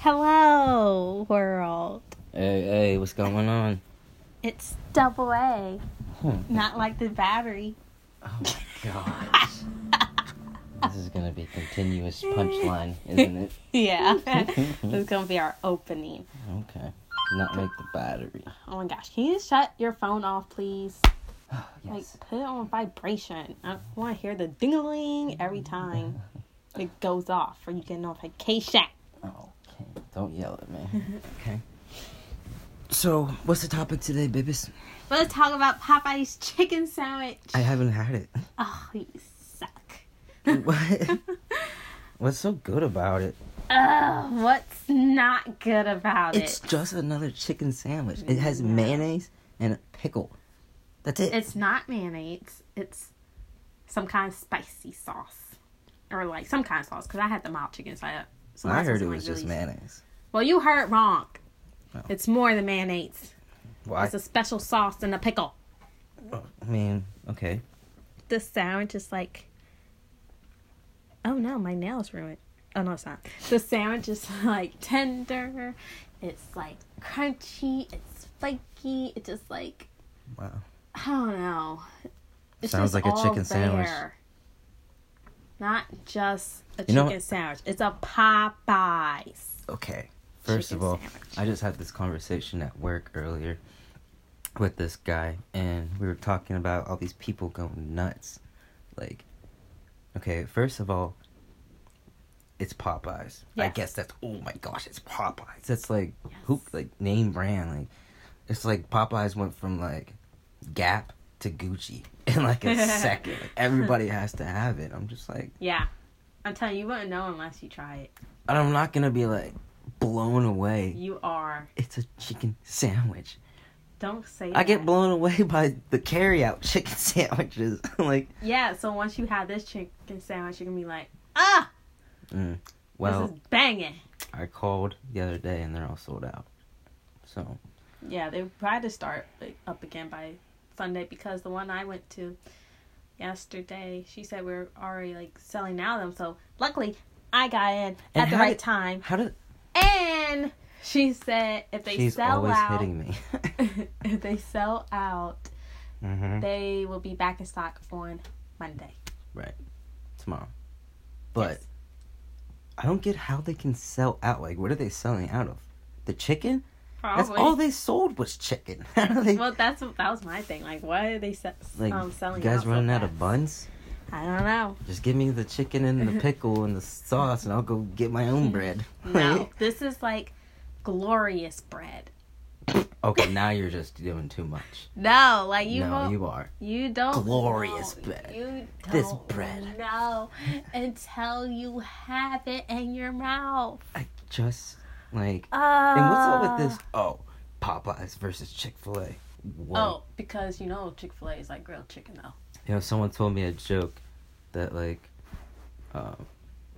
Hello, world. Hey, hey, what's going on? It's double A, Hmm. not like the battery. Oh my god. this is gonna be continuous punchline, isn't it? Yeah, it's gonna be our opening. Okay. Not make the battery. Oh my gosh, can you shut your phone off, please? yes. Like, put it on vibration. I want to hear the ding-a-ling every time it goes off, or you get a notification. Okay. Don't yell at me. Okay. So, what's the topic today, Bibis? Let's talk about Popeye's chicken sandwich. I haven't had it. Oh, you suck. What? What's so good about it? Ugh, what's not good about It's it? just another chicken sandwich. It has mayonnaise and a pickle. That's it. It's not mayonnaise. It's some kind of spicy sauce, or like some kind of sauce. Because I had the mild chicken, so I, so I that's heard what's, it like, was just really- mayonnaise. Well, you heard wrong. No. It's more than mayonnaise. Why? It's a special sauce and a pickle. I mean, okay. The sandwich is like, oh no, my nails ruined. Oh no, it's not. The sandwich is like tender. It's like crunchy. It's flaky. It's just like Wow. I don't know. It's Sounds just like a all chicken sandwich. there. Not just a You know chicken what? sandwich. It's a Popeyes. Okay. First Chicken of all, sandwich. I just had this conversation at work earlier with this guy, and we were talking about all these people going nuts. Like, okay, first of all, it's Popeyes. I Yeah. guess that's oh my gosh, it's Popeyes. That's like who like name brand like. It's like Popeyes went from like Gap to Gucci in like a second. Like, everybody has to have it. I'm just like. Yeah. I'm telling you, you wouldn't know unless you try it. And I'm not gonna be like blown away. You are. It's a chicken sandwich. Don't say I get that. blown away by the carryout chicken sandwiches. like, Yeah, so once you have this chicken sandwich, you're going to be like, ah, mm, this well, is banging. I called the other day and they're all sold out. So, Yeah, they tried to start like, up again by Sunday because the one I went to yesterday, she said we are already like selling out of them. So luckily, I got in And at the how right did- time. how did And she said if they she's sell always out, hitting me? if they sell out, hmm they will be back in stock on Monday. Right, tomorrow. But Yes. I don't get how they can sell out. Like, what are they selling out of? The chicken? probably. That's all they sold was chicken. How do they? well, that's what- that was my thing. Like, why are they se- like, um, selling? you guys out so running out of fast? buns? I don't know. Just give me the chicken and the pickle and the sauce, and I'll go get my own bread. No, this is like glorious bread. okay, now you're just doing too much. No, like you no, won't. You, you are. don't. Glorious know. bread. You don't This bread. No, until you have it in your mouth. I just like. Uh, and what's up with this? Oh, Popeyes versus Chick Fil A. Whoa. Oh, because you know Chick Fil A is like grilled chicken though. You know, someone told me a joke that like, um,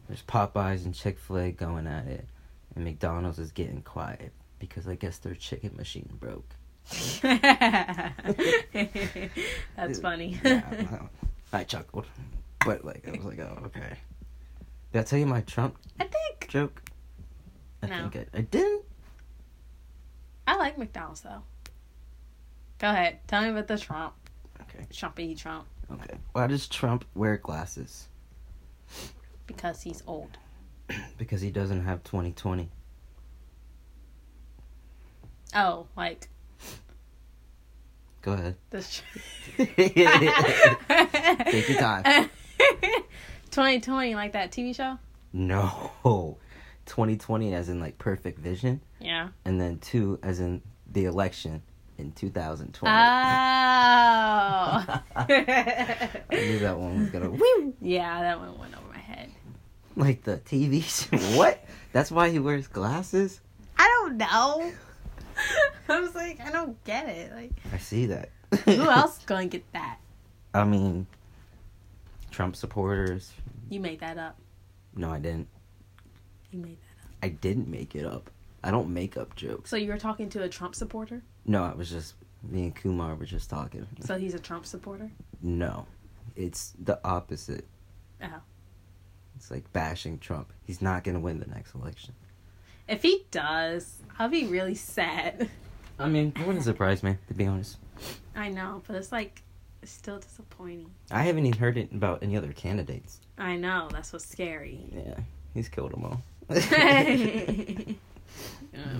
there's Popeyes and Chick Fil A going at it, and McDonald's is getting quiet because I guess their chicken machine broke. That's funny. yeah, I chuckled, but like I was like, oh okay. Did I tell you my Trump I think joke? I No. think I, I didn't. I like McDonald's though. Go ahead, tell me about the Trump, Okay. Trumpy Trump, Okay. Why does Trump wear glasses? because he's old. Because he doesn't have 2020. Oh, like Go ahead. the. Tr- Take your time. 2020, like that TV show. no. 2020 as in like perfect vision, Yeah. and then two as in the election in 2020. Ah. Oh. I knew that one was gonna. yeah, that one went over my head. Like the TV show. What? That's why he wears glasses? I don't know. I was like, I don't get it. Like, I see that. who else is going to get that? I mean, Trump supporters. You made that up. No, I didn't. You made that up. I didn't make it up. I don't make up jokes. So you were talking to a Trump supporter? No, I was just me and Kumar were just talking. So he's a Trump supporter? No, it's the opposite. Oh. It's like bashing Trump. He's not gonna win the next election. If he does, I'll be really sad. I mean, it wouldn't surprise me to be honest. I know, but it's like it's still disappointing. I haven't even heard it about any other candidates. I know, that's what's scary. Yeah, he's killed them all. Remember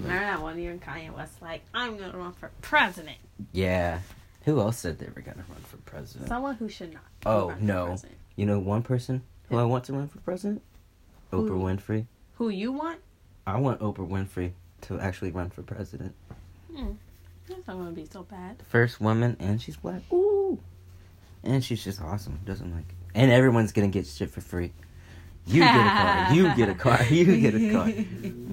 that one year Kanye West like, I'm gonna run for president. yeah. Who else said they were gonna run for president? Someone who should not. Oh, run for no. president. You know one person who Who? I want to run for president? Who? Oprah Winfrey. Who you want? I want Oprah Winfrey to actually run for president. Hmm, That's not gonna be so bad. First woman, and she's black. Ooh. And she's just awesome. Doesn't like. And everyone's gonna get shit for free. You get a car. You get a car. You get a car.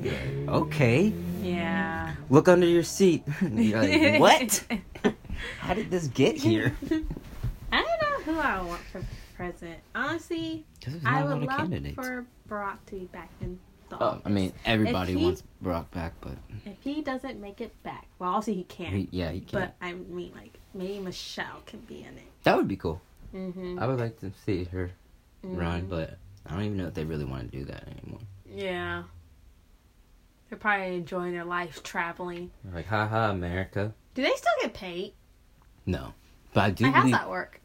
Yeah, okay. Yeah. Look under your seat. You're like, what? How did this get here? I don't know who I want for president. Honestly, This is I not would one of love the candidates. for Barack to be back in the Oh, I mean, everybody If he- wants Brock back, but If he doesn't make it back, well, obviously he can't. he, yeah, he can't. But I mean, like maybe Michelle can be in it. That would be cool. Mm-hmm. I would like to see her Mm. run, but I don't even know if they really want to do that anymore. Yeah. They're probably enjoying their life traveling. They're like, haha, America. Do they still get paid? No, but I do Like, how's believe. that work?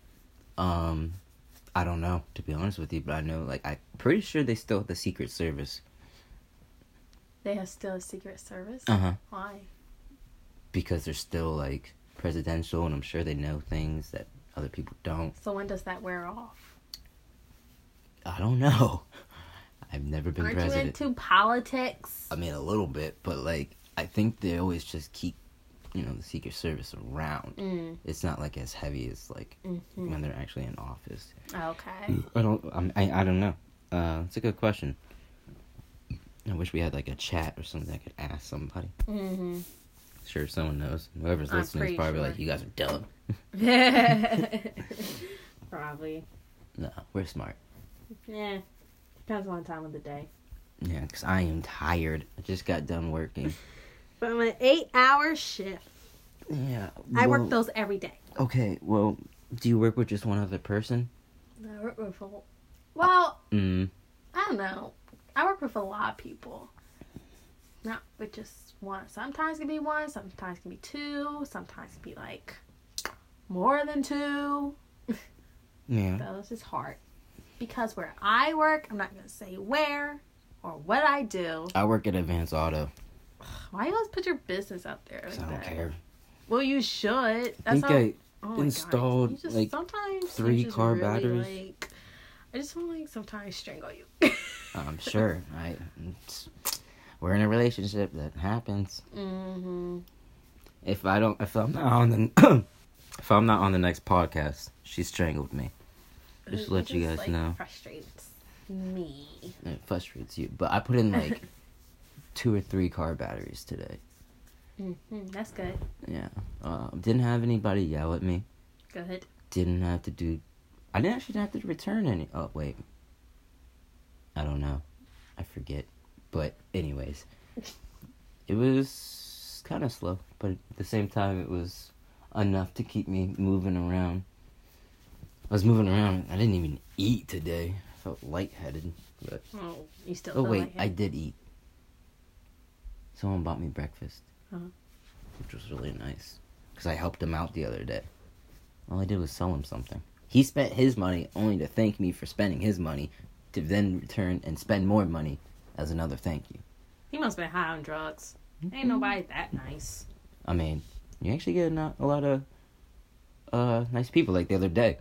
Um, I don't know to be honest with you, but I know like I'm pretty sure they still have the Secret Service. They have still a Secret Service? Uh huh. Why? Because they're still like presidential, and I'm sure they know things that other people don't. So when does that wear off? I don't know. I've never been Aren't president. you into politics? I mean, a little bit, but like I think they always just keep, you know, the Secret Service around. Mm. It's not like as heavy as like Mm-hmm. when they're actually in office. Okay. I don't. I'm, I I don't know. Uh, it's a good question. I wish we had like a chat or something I could ask somebody. Mm-hmm. Sure, someone knows. Whoever's I'm listening is pretty probably sure. like, "You guys are dumb." Probably. No, we're smart. Yeah. Depends on the time of the day. Yeah, because I am tired. I just got done working. But I'm an eight hour shift. yeah, I well, work those every day. Okay, well, do you work with just one other person? I work with a- well, Mm. I don't know. I work with a lot of people. Not with just one. Sometimes it can be one, sometimes it can be two, sometimes it can be like more than two. Yeah. So this is hard. Because where I work, I'm not gonna say where or what I do. I work at Advance Auto, Why you always put your business out there? so like I don't that? care. Well, you should. I think how- I Oh my God. installed, You just- like, sometimes you three just car really, batteries. like- I just want to like sometimes strangle you. I'm sure. I, it's- we're in a relationship that happens. mm-hmm. If I don't, if I'm not on the, if I'm not on the next podcast, she strangled me. Just to let you guys like, know, Frustrates me. it frustrates you. But I put in like two or three car batteries today. Mm-hmm. That's good. Yeah, uh, didn't have anybody yell at me. Good. Didn't have to do. I didn't actually have to return any. Oh wait, I don't know. I forget. But anyways, it was kind of slow, but at the same time, it was enough to keep me moving around. I was moving around. I didn't even eat today. I felt lightheaded. But Oh, you still. oh feel wait, like I it? did eat. Someone bought me breakfast, Uh-huh. which was really nice because I helped him out the other day. All I did was sell him something. He spent his money only to thank me for spending his money, to then return and spend more money as another thank you. He must have been high on drugs. Mm-hmm. Ain't nobody that nice. I mean, you actually get not a lot of uh nice people. Like the other day,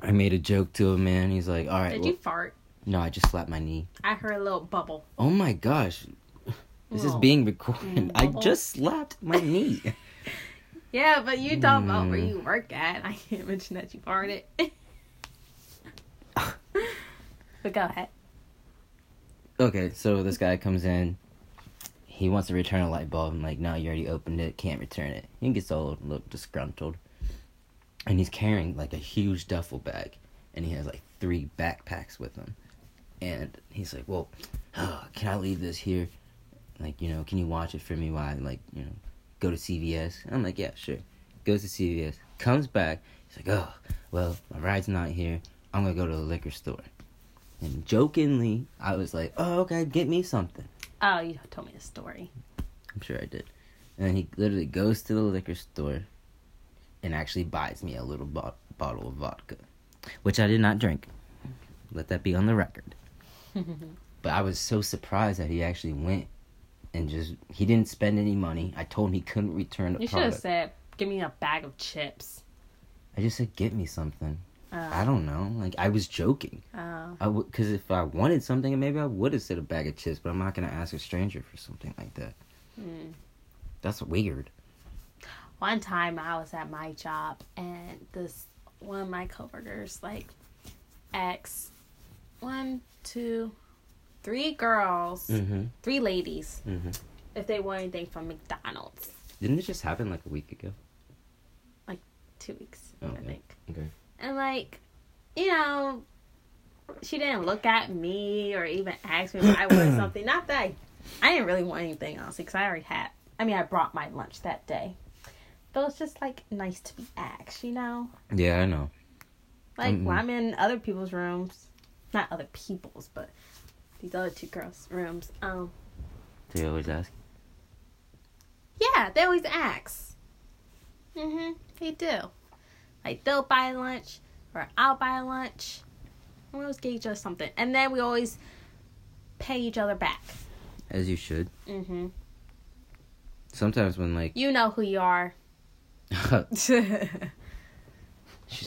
I made a joke to him, man. He's like, "All right, Did well, you fart? no, I just slapped my knee." I heard a little bubble. Oh my gosh, this is Well, being recorded. I well. just slapped my knee. Yeah, but you talk about where Mm. you work at. I can't mention that you farted. but go ahead. okay, so this guy comes in. He wants to return a light bulb. I'm like, no, you already opened it. Can't return it. He gets all look disgruntled, and he's carrying like a huge duffel bag, and he has like three backpacks with him. And he's like, well, can I leave this here? Like, you know, can you watch it for me while I like, you know, go to CVS? And I'm like, yeah, sure. Goes to CVS, comes back. He's like, oh, well, my ride's not here. I'm gonna go to the liquor store. And jokingly, I was like, oh, okay, get me something. Oh, you told me the story. I'm sure I did. And then he literally goes to the liquor store and actually buys me a little bo- bottle of vodka, which I did not drink. Let that be on the record. but I was so surprised that he actually went and just, he didn't spend any money. I told him he couldn't return the You should have product. said, "Give me a bag of chips." I just said, get me something. I Uh, don't know. Like, I was joking. oh, I would, because if I wanted something, maybe I would have said a bag of chips, but I'm not going to ask a stranger for something like that. mm. That's weird. One time I was at my job and this one of my coworkers like asked one, two, three girls, Mm-hmm. three ladies Mm-hmm. if they want anything from McDonald's. Didn't it just happen like a week ago? Two weeks, I Okay. think. Okay. And like, you know, she didn't look at me or even ask me if I wanted something. Not that I, I didn't really want anything honestly, because I already had. I mean, I brought my lunch that day, but it's just like nice to be asked, you know. Yeah, I know. Like Mm-mm. when I'm in other people's rooms, not other people's, but these other two girls' rooms. Um, They always ask. yeah, they always ask. Mhm, they do. Like they'll buy lunch, or I'll buy lunch. We always get each other something, and then we always pay each other back. As you should. Mhm. Sometimes when like You know who you are. she's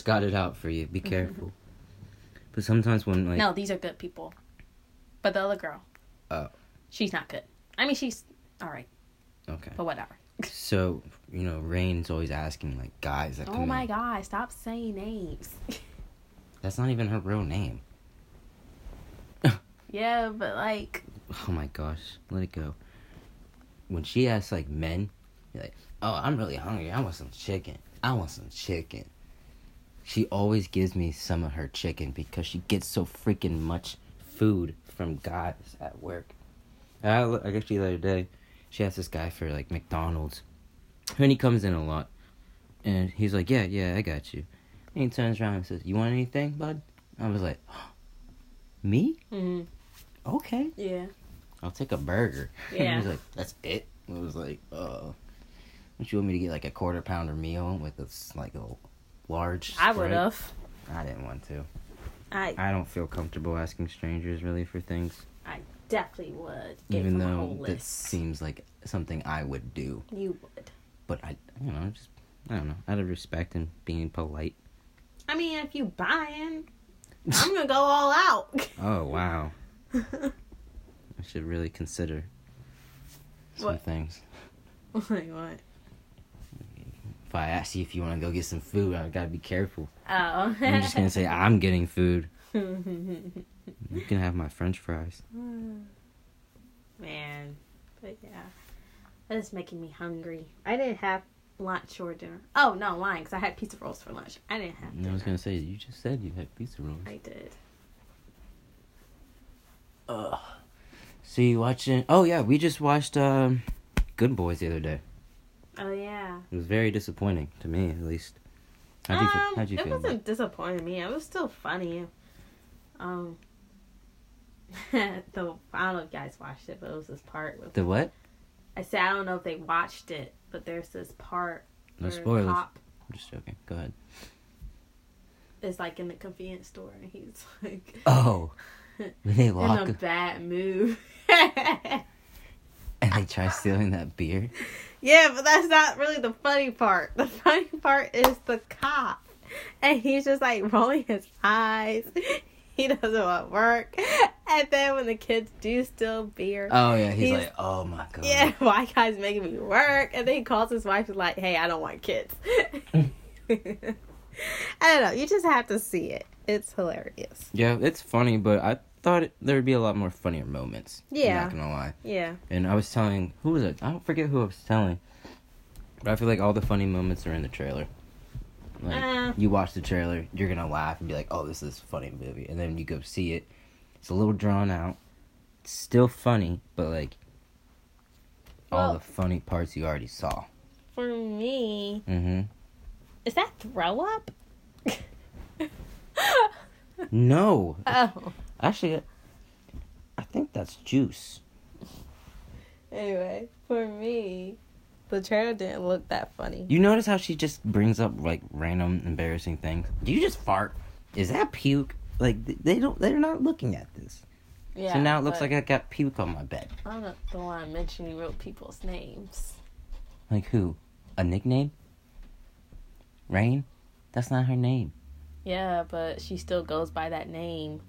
got it out for you, be careful. But sometimes when like Mm-hmm. no, these are good people, but the other girl. Oh. She's not good. I mean, she's all right, okay, but whatever. so you know Rain's always asking like guys that come Oh my in. god! Stop saying names. That's not even her real name. Yeah, but like, Oh my gosh, let it go. When she asks like men, you're like, oh I'm really hungry. I want some chicken. I want some chicken. She always gives me some of her chicken because she gets so freaking much food from guys at work. I, l- I actually the other day, she asked this guy for like McDonald's, and he comes in a lot, and he's like, "Yeah, yeah, I got you." And he turns around and says, "You want anything, bud?" I was like, "Me? mm, Okay, yeah, I'll take a burger." Yeah. he's like, "That's it." I was like, "Oh, don't you want me to get like a quarter pounder meal with this like a large?" I would Sprite?" have. I didn't want to. I I don't feel comfortable asking strangers really for things, I definitely would. Get even Even from though whole though that list. seems like something I would do. you would. but I, you know, just I don't know, out of respect and being polite. I mean, if you buying, I'm gonna go all out. Oh wow, I should really consider some What? things. like what? If I ask you if you want to go get some food, I gotta be careful. Oh. I'm just gonna say I'm getting food. You can have my French fries. Man, but yeah, that is making me hungry. I didn't have lunch or dinner. Oh no, lying because I had pizza rolls for lunch. I didn't have. And I Dinner. was gonna say you just said you had pizza rolls. I did. Ugh. So you watching? Oh yeah, we just watched um, Good Boys the other day. Oh yeah. It was very disappointing to me, at least. How'd you, feel? Um, how'd you it feel? about it? wasn't disappointing me. It was still funny. Um, the I don't know if you guys watched it, but it was this part. With, The what? I said I don't know if they watched it, but there's this part No where spoilers. the cop I'm just joking. Go ahead. is like in the convenience store and he's like Oh, when they in walk a bad mood. and they try stealing that beer. yeah, but that's not really the funny part. The funny part is the cop. And he's just like rolling his eyes. He doesn't want work. And then when the kids do steal beer, Oh yeah, he's, He's- like, oh my god. yeah, why guys making me work? And then he calls his wife and like, hey, I don't want kids. I don't know. You just have to see it. It's hilarious. Yeah, it's funny, but I thought it, there would be a lot more funnier moments. I'm Yeah. not gonna lie. Yeah. And I was telling who was it? I don't forget who I was telling, but I feel like all the funny moments are in the trailer. Like Uh. you watch the trailer, you're gonna laugh and be like, oh, this is a funny movie, and then you go see it. It's a little drawn out, it's still funny, but like. all Well- the funny parts you already saw. For me, Mm-hmm. is that throw up? No, Oh. actually, I think that's juice. Anyway, for me, the trailer didn't look that funny. You notice how she just brings up like random embarrassing things. Do you just fart? Is that puke? Like th- they don't. They're not looking at this. Yeah. so now it looks but like I got puke on my bed. I'm not the one mentioning real people's names. Like who? A nickname? Rain? That's not her name. Yeah, but she still goes by that name.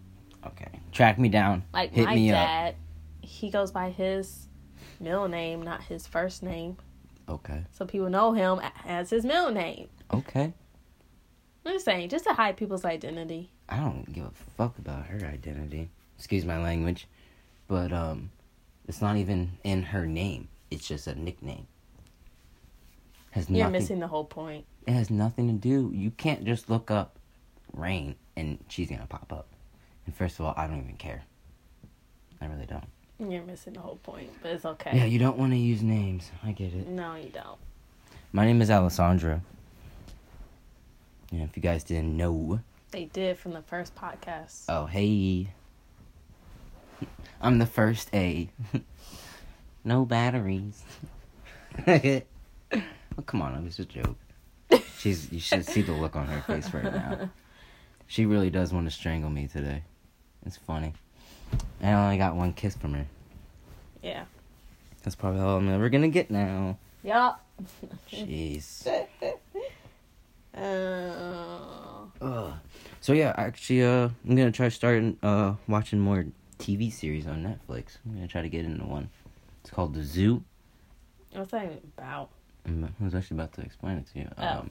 Okay. Track me down. Like Hit my me dad, he goes by his middle name, not his first name. up. Okay. So people know him a- as his middle name. Okay. I'm just saying, just to hide people's identity. I don't give a fuck about her identity. Excuse my language, but um, it's not even in her name. It's just a nickname. Has You're nothing. missing the whole point. It has nothing to do. You can't just look up rain and she's gonna pop up. And first of all, I don't even care. I really don't. You're missing the whole point, but it's Yeah, okay. you don't want to use names. I get it. No, you don't. My name is Alessandra. And if you guys didn't know, They did from the first podcast. oh hey, I'm the first A. no batteries. well, come on, it was a joke. She's you should see the look on her face right now. She really does want to strangle me today. It's funny. And I only got one kiss from her. Yeah. That's probably all I'm ever gonna get now. Yup. Jeez. Uh, Ugh. So yeah, actually, uh, I'm gonna try starting uh watching more TV series on Netflix. I'm gonna try to get into one. It's called The Zoo. what's that even about? I'm- I was Mm. actually about to explain it to you. Oh. Um,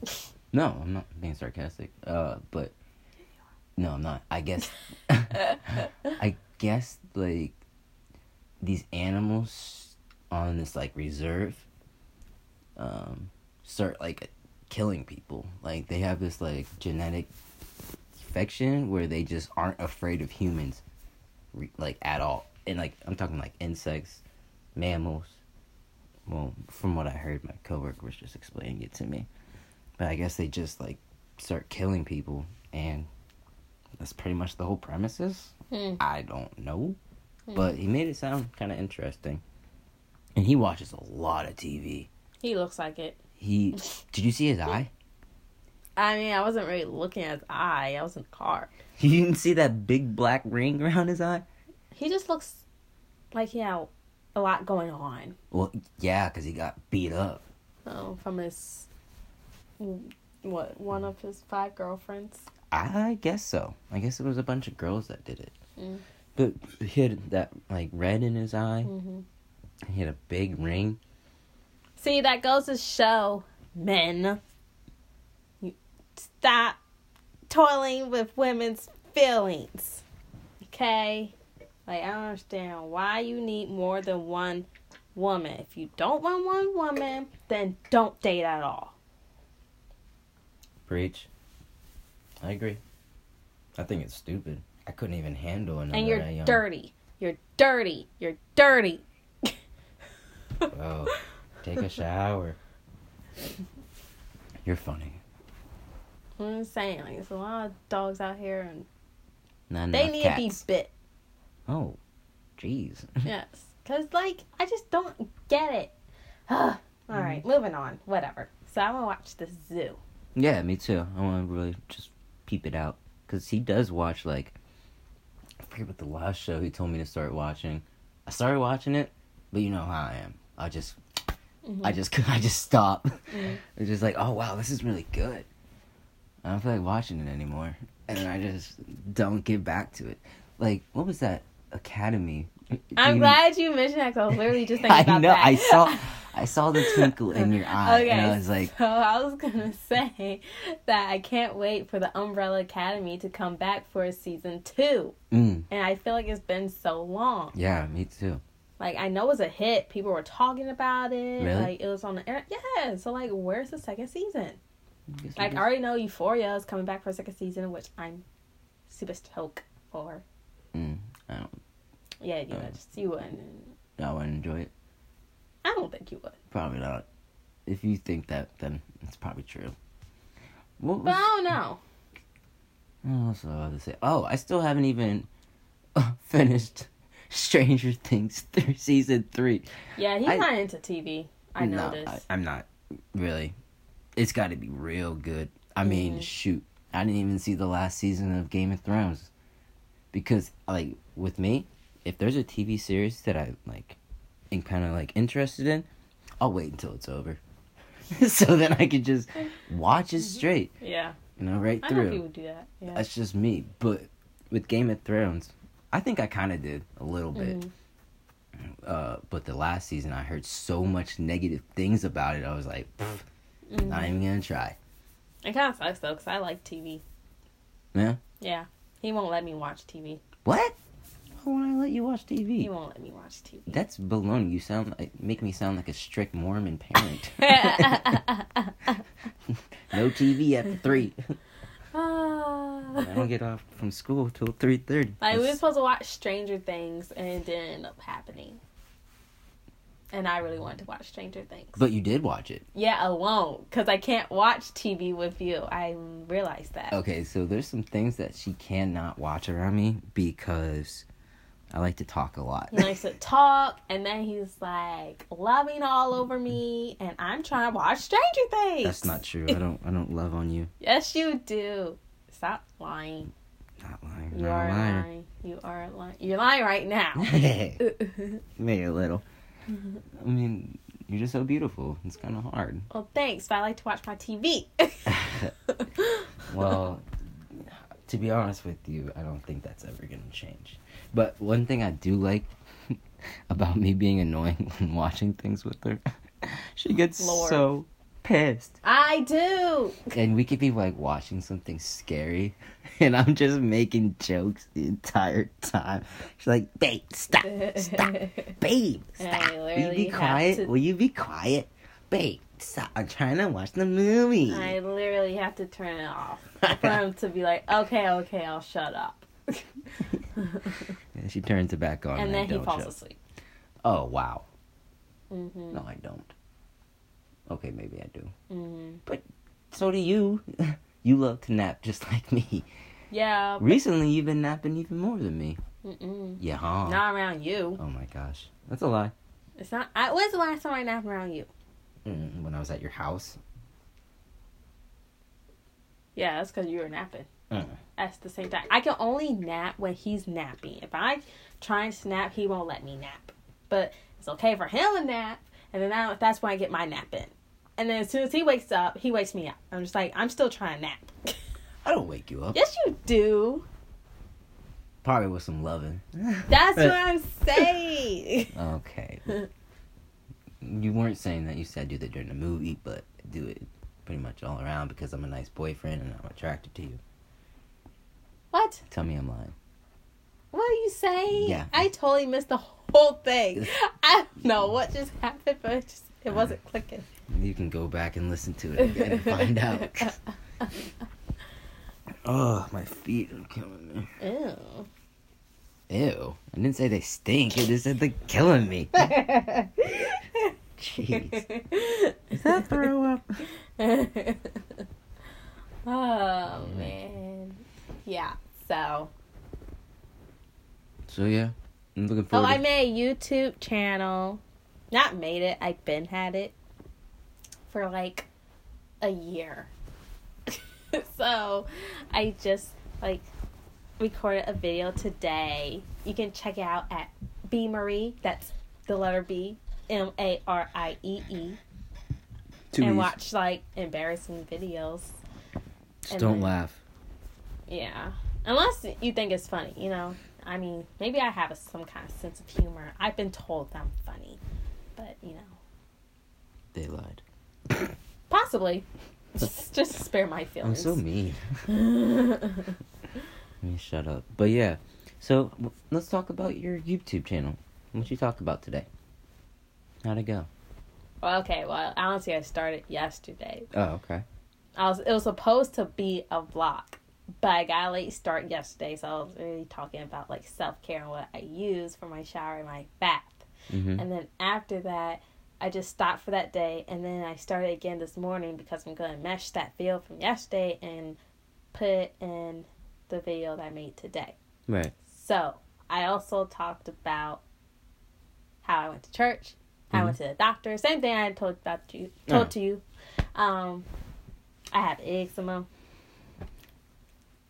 no, I'm not being sarcastic. Uh, but no, I'm not. I guess. I guess like these animals on this like reserve. Um, start like killing people. Like they have this like genetic affection where they just aren't afraid of humans, re- like at all. And like I'm talking like insects, mammals. Well, from what I heard, my coworker was just explaining it to me. But I guess they just like start killing people, and that's pretty much the whole premise. Is Hmm. I don't know, but he made it sound kind of interesting. And he watches a lot of TV. He looks like it. He did you see his eye? I mean, I wasn't really looking at his eye. I was in the car. You didn't see that big black ring around his eye? He just looks like he had a lot going on Well, yeah, 'cause he got beat up. um, from his what one of his five girlfriends. I guess so. I guess it was a bunch of girls that did it. Mm. But he had that like red in his eye. hmm He had a big ring. See, that goes to show men. You stop toiling with women's feelings. Okay? Like, I don't understand why you need more than one woman. If you don't want one woman, then don't date at all. Preach. I agree. I think it's stupid. I couldn't even handle another. and you're that young. dirty. You're dirty. You're dirty. Bro, take a shower. You're funny. I'm just saying, like, there's a lot of dogs out here, and Not they enough need Mm, cats. to be bit. Oh, jeez. Yes, cause like I just don't get it. Ugh. All right, Mm-hmm. moving on. Whatever. So I'm gonna watch the zoo. Yeah, me too. I want to really just peep it out because he does watch like I forget what the last show he told me to start watching. I started watching it, but you know how I am. I just, I Mm-hmm. just, I just stop. Mm. It's just like, oh wow, this is really good. I don't feel like watching it anymore, and then I just don't get back to it. Like, what was that Academy? I'm You- glad you mentioned that. 'cause I was literally just thinking I about know. that. I saw, I saw the twinkle in your eye, Okay. and I was like, so I was gonna say that I can't wait for the Umbrella Academy to come back for season two, mm, and I feel like it's been so long. yeah, me too. Like I know it was a hit. People were talking about it. Really? Like it was on the air. Yeah. So like, where's the second season? Guess we Like I just- already know Euphoria is coming back for a second season, which I'm super stoked for. Mm, I don't. Yeah, you know, Oh. just you wouldn't. I wouldn't enjoy it. I don't think you would. Probably not. If you think that, then it's probably true. What But was? I don't know. Oh, what else was I about to say? Oh, I still haven't even finished Stranger Things through season three. Yeah, he's I- not into TV. I no, know this. I, I'm not really. It's got to be real good. I mean, Mhm. shoot, I didn't even see the last season of Game of Thrones because, like, with me, if there's a TV series that I like, am kind of like interested in, I'll wait until it's over, so then I can just watch it Mm-hmm. straight, yeah, you know, right I know through. people do that. Yeah. That's just me. But with Game of Thrones, I think I kind of did a little bit. Mhm. Uh, but the last season, I heard so much negative things about it. I was like, "Pff, Mhm. not even gonna try. Mm-hmm. It kind of sucks though, cause I like TV. Yeah. Yeah, he won't let me watch TV. What? Why would I let you watch He TV? won't let me watch TV. That's baloney. You sound like make me sound like a strict Mormon parent. no TV after three. I Ah. don't get off from school till three thirty. like we were supposed to watch Stranger Things, and it didn't end up happening. And I really wanted to watch Stranger Things. But you did watch it. yeah, alone, cause I can't watch TV with you. I realized that. Okay, so there's some things that she cannot watch around me because I like to talk a lot. He likes to talk, and then he's like loving all over me, and I'm trying to watch Stranger Things. That's not true. I don't. I don't love on you. Yes, you do. Stop lying. Not lying. You not are a liar. lying. You are lying. You're lying right now. Maybe a little. I mean, you're just so beautiful. It's kind of hard. well, thanks, but I like to watch my TV. Well, to be honest with you, I don't think that's ever gonna change. But one thing I do like about me being annoying when watching things with her, she gets Lord. so pissed. I do. And we could be like watching something scary, and I'm just making jokes the entire time. She's like, "Babe, stop, stop, babe, Yeah, stop. you Will you literally be have quiet? to- Will you be quiet, babe? Stop. I'm trying to watch the movie." I literally have to turn it off for him to be like, okay, okay, I'll shut up. And she turns it back on, and then I he don't falls show. asleep. Oh wow. Mm-hmm. No, I don't. Okay, maybe I do. Mm-hmm. So do you. you love to nap just like me. Yeah. Recently, you've been napping even more than me. Mm-mm. Yeah. Huh? Not around you. Oh my gosh, that's a lie. It's not. I, when's the last time I napped around you? Mm, When I was at your house. Yeah, that's because you were napping. Mm. That's the same time. I can only nap when he's napping. If I try and snap, he won't let me nap. But it's okay for him to nap, and then I, that's when I get my nap in. And then as soon as he wakes up, he wakes me up. I'm just like, I'm still trying to nap. I don't wake you up. yes, you do. Probably with some loving. That's what I'm saying. Okay. you weren't saying that. You said do that during the movie, but I do it pretty much all around because I'm a nice boyfriend and I'm attracted to you. what? Tell me I'm lying. What are you saying? Yeah. I totally missed the whole thing. I don't know what just happened, but it, just, it wasn't clicking. You can go back and listen to it again and find out. Uh, Oh, my feet are killing me. Ew. Ew. I didn't say they stink. I just said they're killing me. Jeez. Is that throw up? oh man. Yeah. So So, yeah. I'm looking Oh forward I to made a YouTube channel. Not made it, I've been had it for like a year. so I just like recorded a video today. You can check it out at B Marie, that's the letter B M A R I E E two and weeks. watch like embarrassing videos. Just and don't then- laugh. Yeah. Unless you think it's funny, you know. I mean, maybe I have a, some kind of sense of humor. I've been told that I'm funny, but you know, They lied. possibly. just, just spare my I'm feelings. so mean. Let me shut up. But, yeah. So, w- let's talk about your YouTube channel. What you talk about today? How'd it go? well, okay. Well, honestly, I started yesterday. Oh, okay. I was it was supposed to be a vlog, but I got a late start yesterday, so I was really talking about like self care and what I use for my shower and my bath. Mm-hmm. And then after that, I just stopped for that day. And then I started again this morning because I'm going to mesh that video from yesterday and put it in the video that I made today. Right. So I also talked about how I went to church, how I went to the doctor. Same thing I had told about you told Yeah. to you. Um, I have eczema.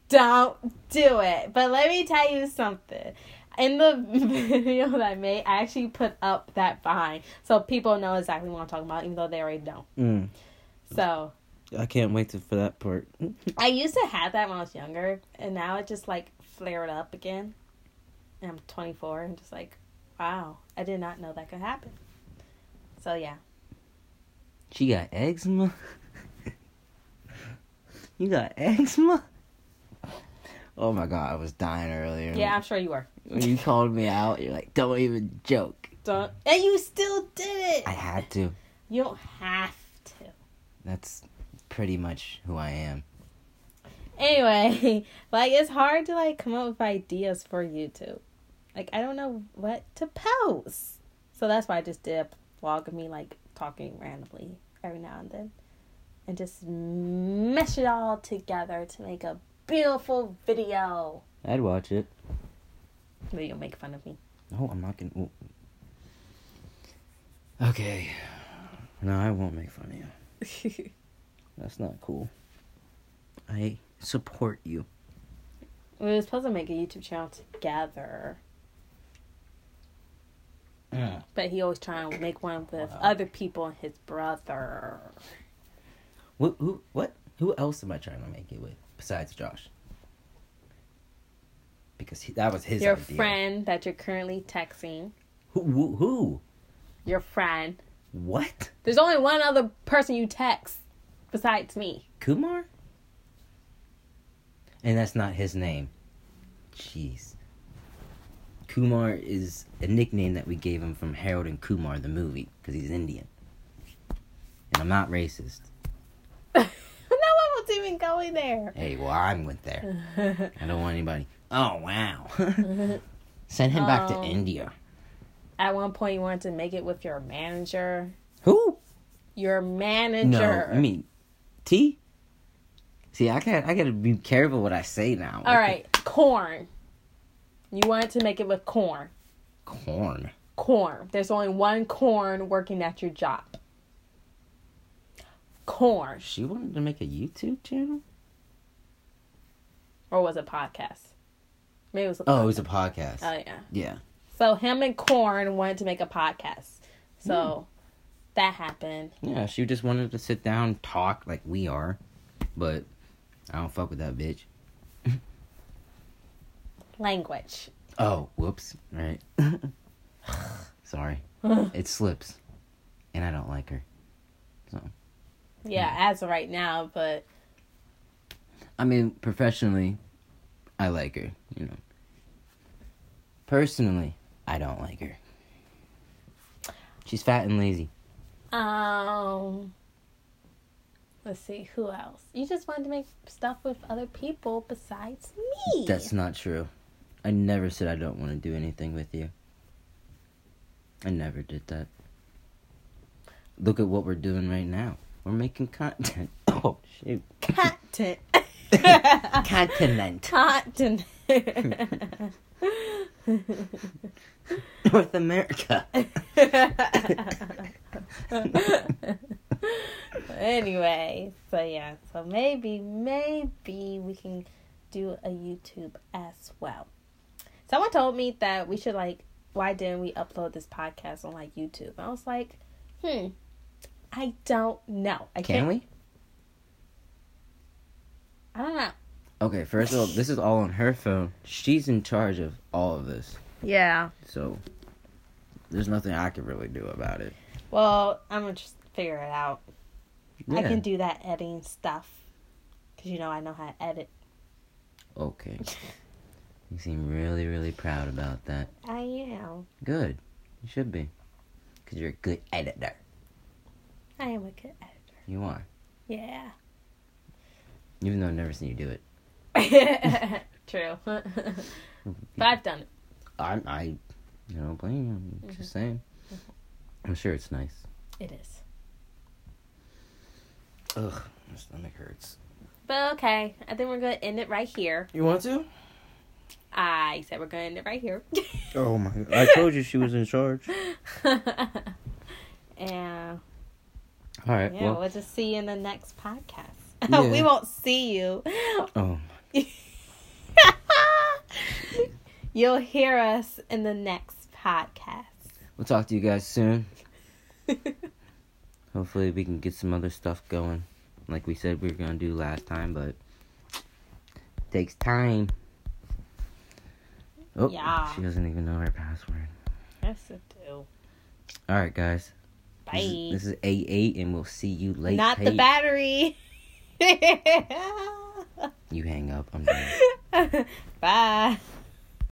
Don't do it. But let me tell you something. In the video that I made, I actually put up that vine so people know exactly what I'm talking about, even though they already know. Mm. So I can't wait to, for that part. I used to have that when I was younger, and now it just like flared up again. And I'm 24, and just like, wow, I did not know that could happen. So yeah, She got eczema. you got eczema. Oh my god, I was dying earlier. yeah, I'm sure you were. When you called me out, you're like, "Don't even joke." Don't, and you still did it. I had to. You don't have to. That's pretty much who I am. Anyway, like it's hard to like come up with ideas for YouTube. Like I don't know what to post, so that's why I just did a vlog of me like talking randomly every now and then, and just mesh it all together to make a beautiful video. I'd watch it. But you'll make fun of me. No, I'm not gonna. ooh. Okay. No, I won't make fun of you. That's not cool. I support you. we were supposed to make a YouTube channel together, but he always trying to make one with Wow. other people and his brother. What? Who? What? Who else am I trying to make it with besides Josh? Because he, that was his Your idea. friend that you're currently texting. Who, who? Who? Your friend. What? There's only one other person you text besides me. Kumar? And that's not his name. Jeez. Kumar is a nickname that we gave him from Harold and Kumar, the movie, because he's Indian. And I'm not racist. no one was even going there. Hey, well, I went there. I don't want anybody. Oh, wow. Send him back to Um, India. At one point, you wanted to make it with your manager. Who? Your No, Mm. manager. I mean, T? See, I can't. I gotta be careful what I say now. All right, corn. You wanted to make it with corn. Corn. Corn. There's only one corn working at your job. Corn. She wanted to make a YouTube channel? Or was it podcast? Maybe it was a Oh, it was a podcast. Oh, yeah. yeah. So, him and corn wanted to make a podcast. Hmm. So, that happened. Yeah, she just wanted to sit down, talk like we are, but I don't fuck with that bitch. Language. Oh, whoops. Right. Sorry. it slips. And I don't like her. Yeah, as of right now, but I mean, professionally, I like her, you know. Personally, I don't like her. She's fat and lazy. um let's see who else. You just wanted to make stuff with other people besides me. That's not true. I never said I don't want to do anything with you. I never did that. Look at what we're doing right now. We're making content. Oh, shoot. content. Continent. content. North America. anyway, so yeah, so maybe, maybe we can do a YouTube as well. Someone told me that we should like, why didn't we upload this podcast on like YouTube? I was like, hmm, I don't know. I Can can't. we? I don't know. Okay, first of all, this is all on her phone. She's in charge of all of this. Yeah. So, there's nothing I can really do about it. Well, I'm gonna just figure it out. I Yeah. can do that editing stuff because you know I know how to edit. Okay. You seem really, really proud about that. I am. Good. You should be. Because you're a good editor. I am a good editor. You are. Yeah. Even though I've never seen you do it. True. but I've done it. I, I, you know, blame you. I'm just Mm-hmm. saying. I'm sure it's nice. It is. Ugh, my stomach hurts. But okay, I think we're gonna end it right here. You want to? I said we're going to end it right here. Oh my! I told you she was in charge. and All right. yeah, well. we'll just see you in the next podcast. Yeah. we won't see you. Oh. You'll hear us in the next podcast. We'll talk to you guys soon. Hopefully, we can get some other stuff going, like we said we were gonna do last time, but takes time. Oh, Yeah. she doesn't even know her password. yes, I do. All right, guys. Bye. This is, this is A8, and we'll see you later. Not the battery. You hang up. I'm done. Bye.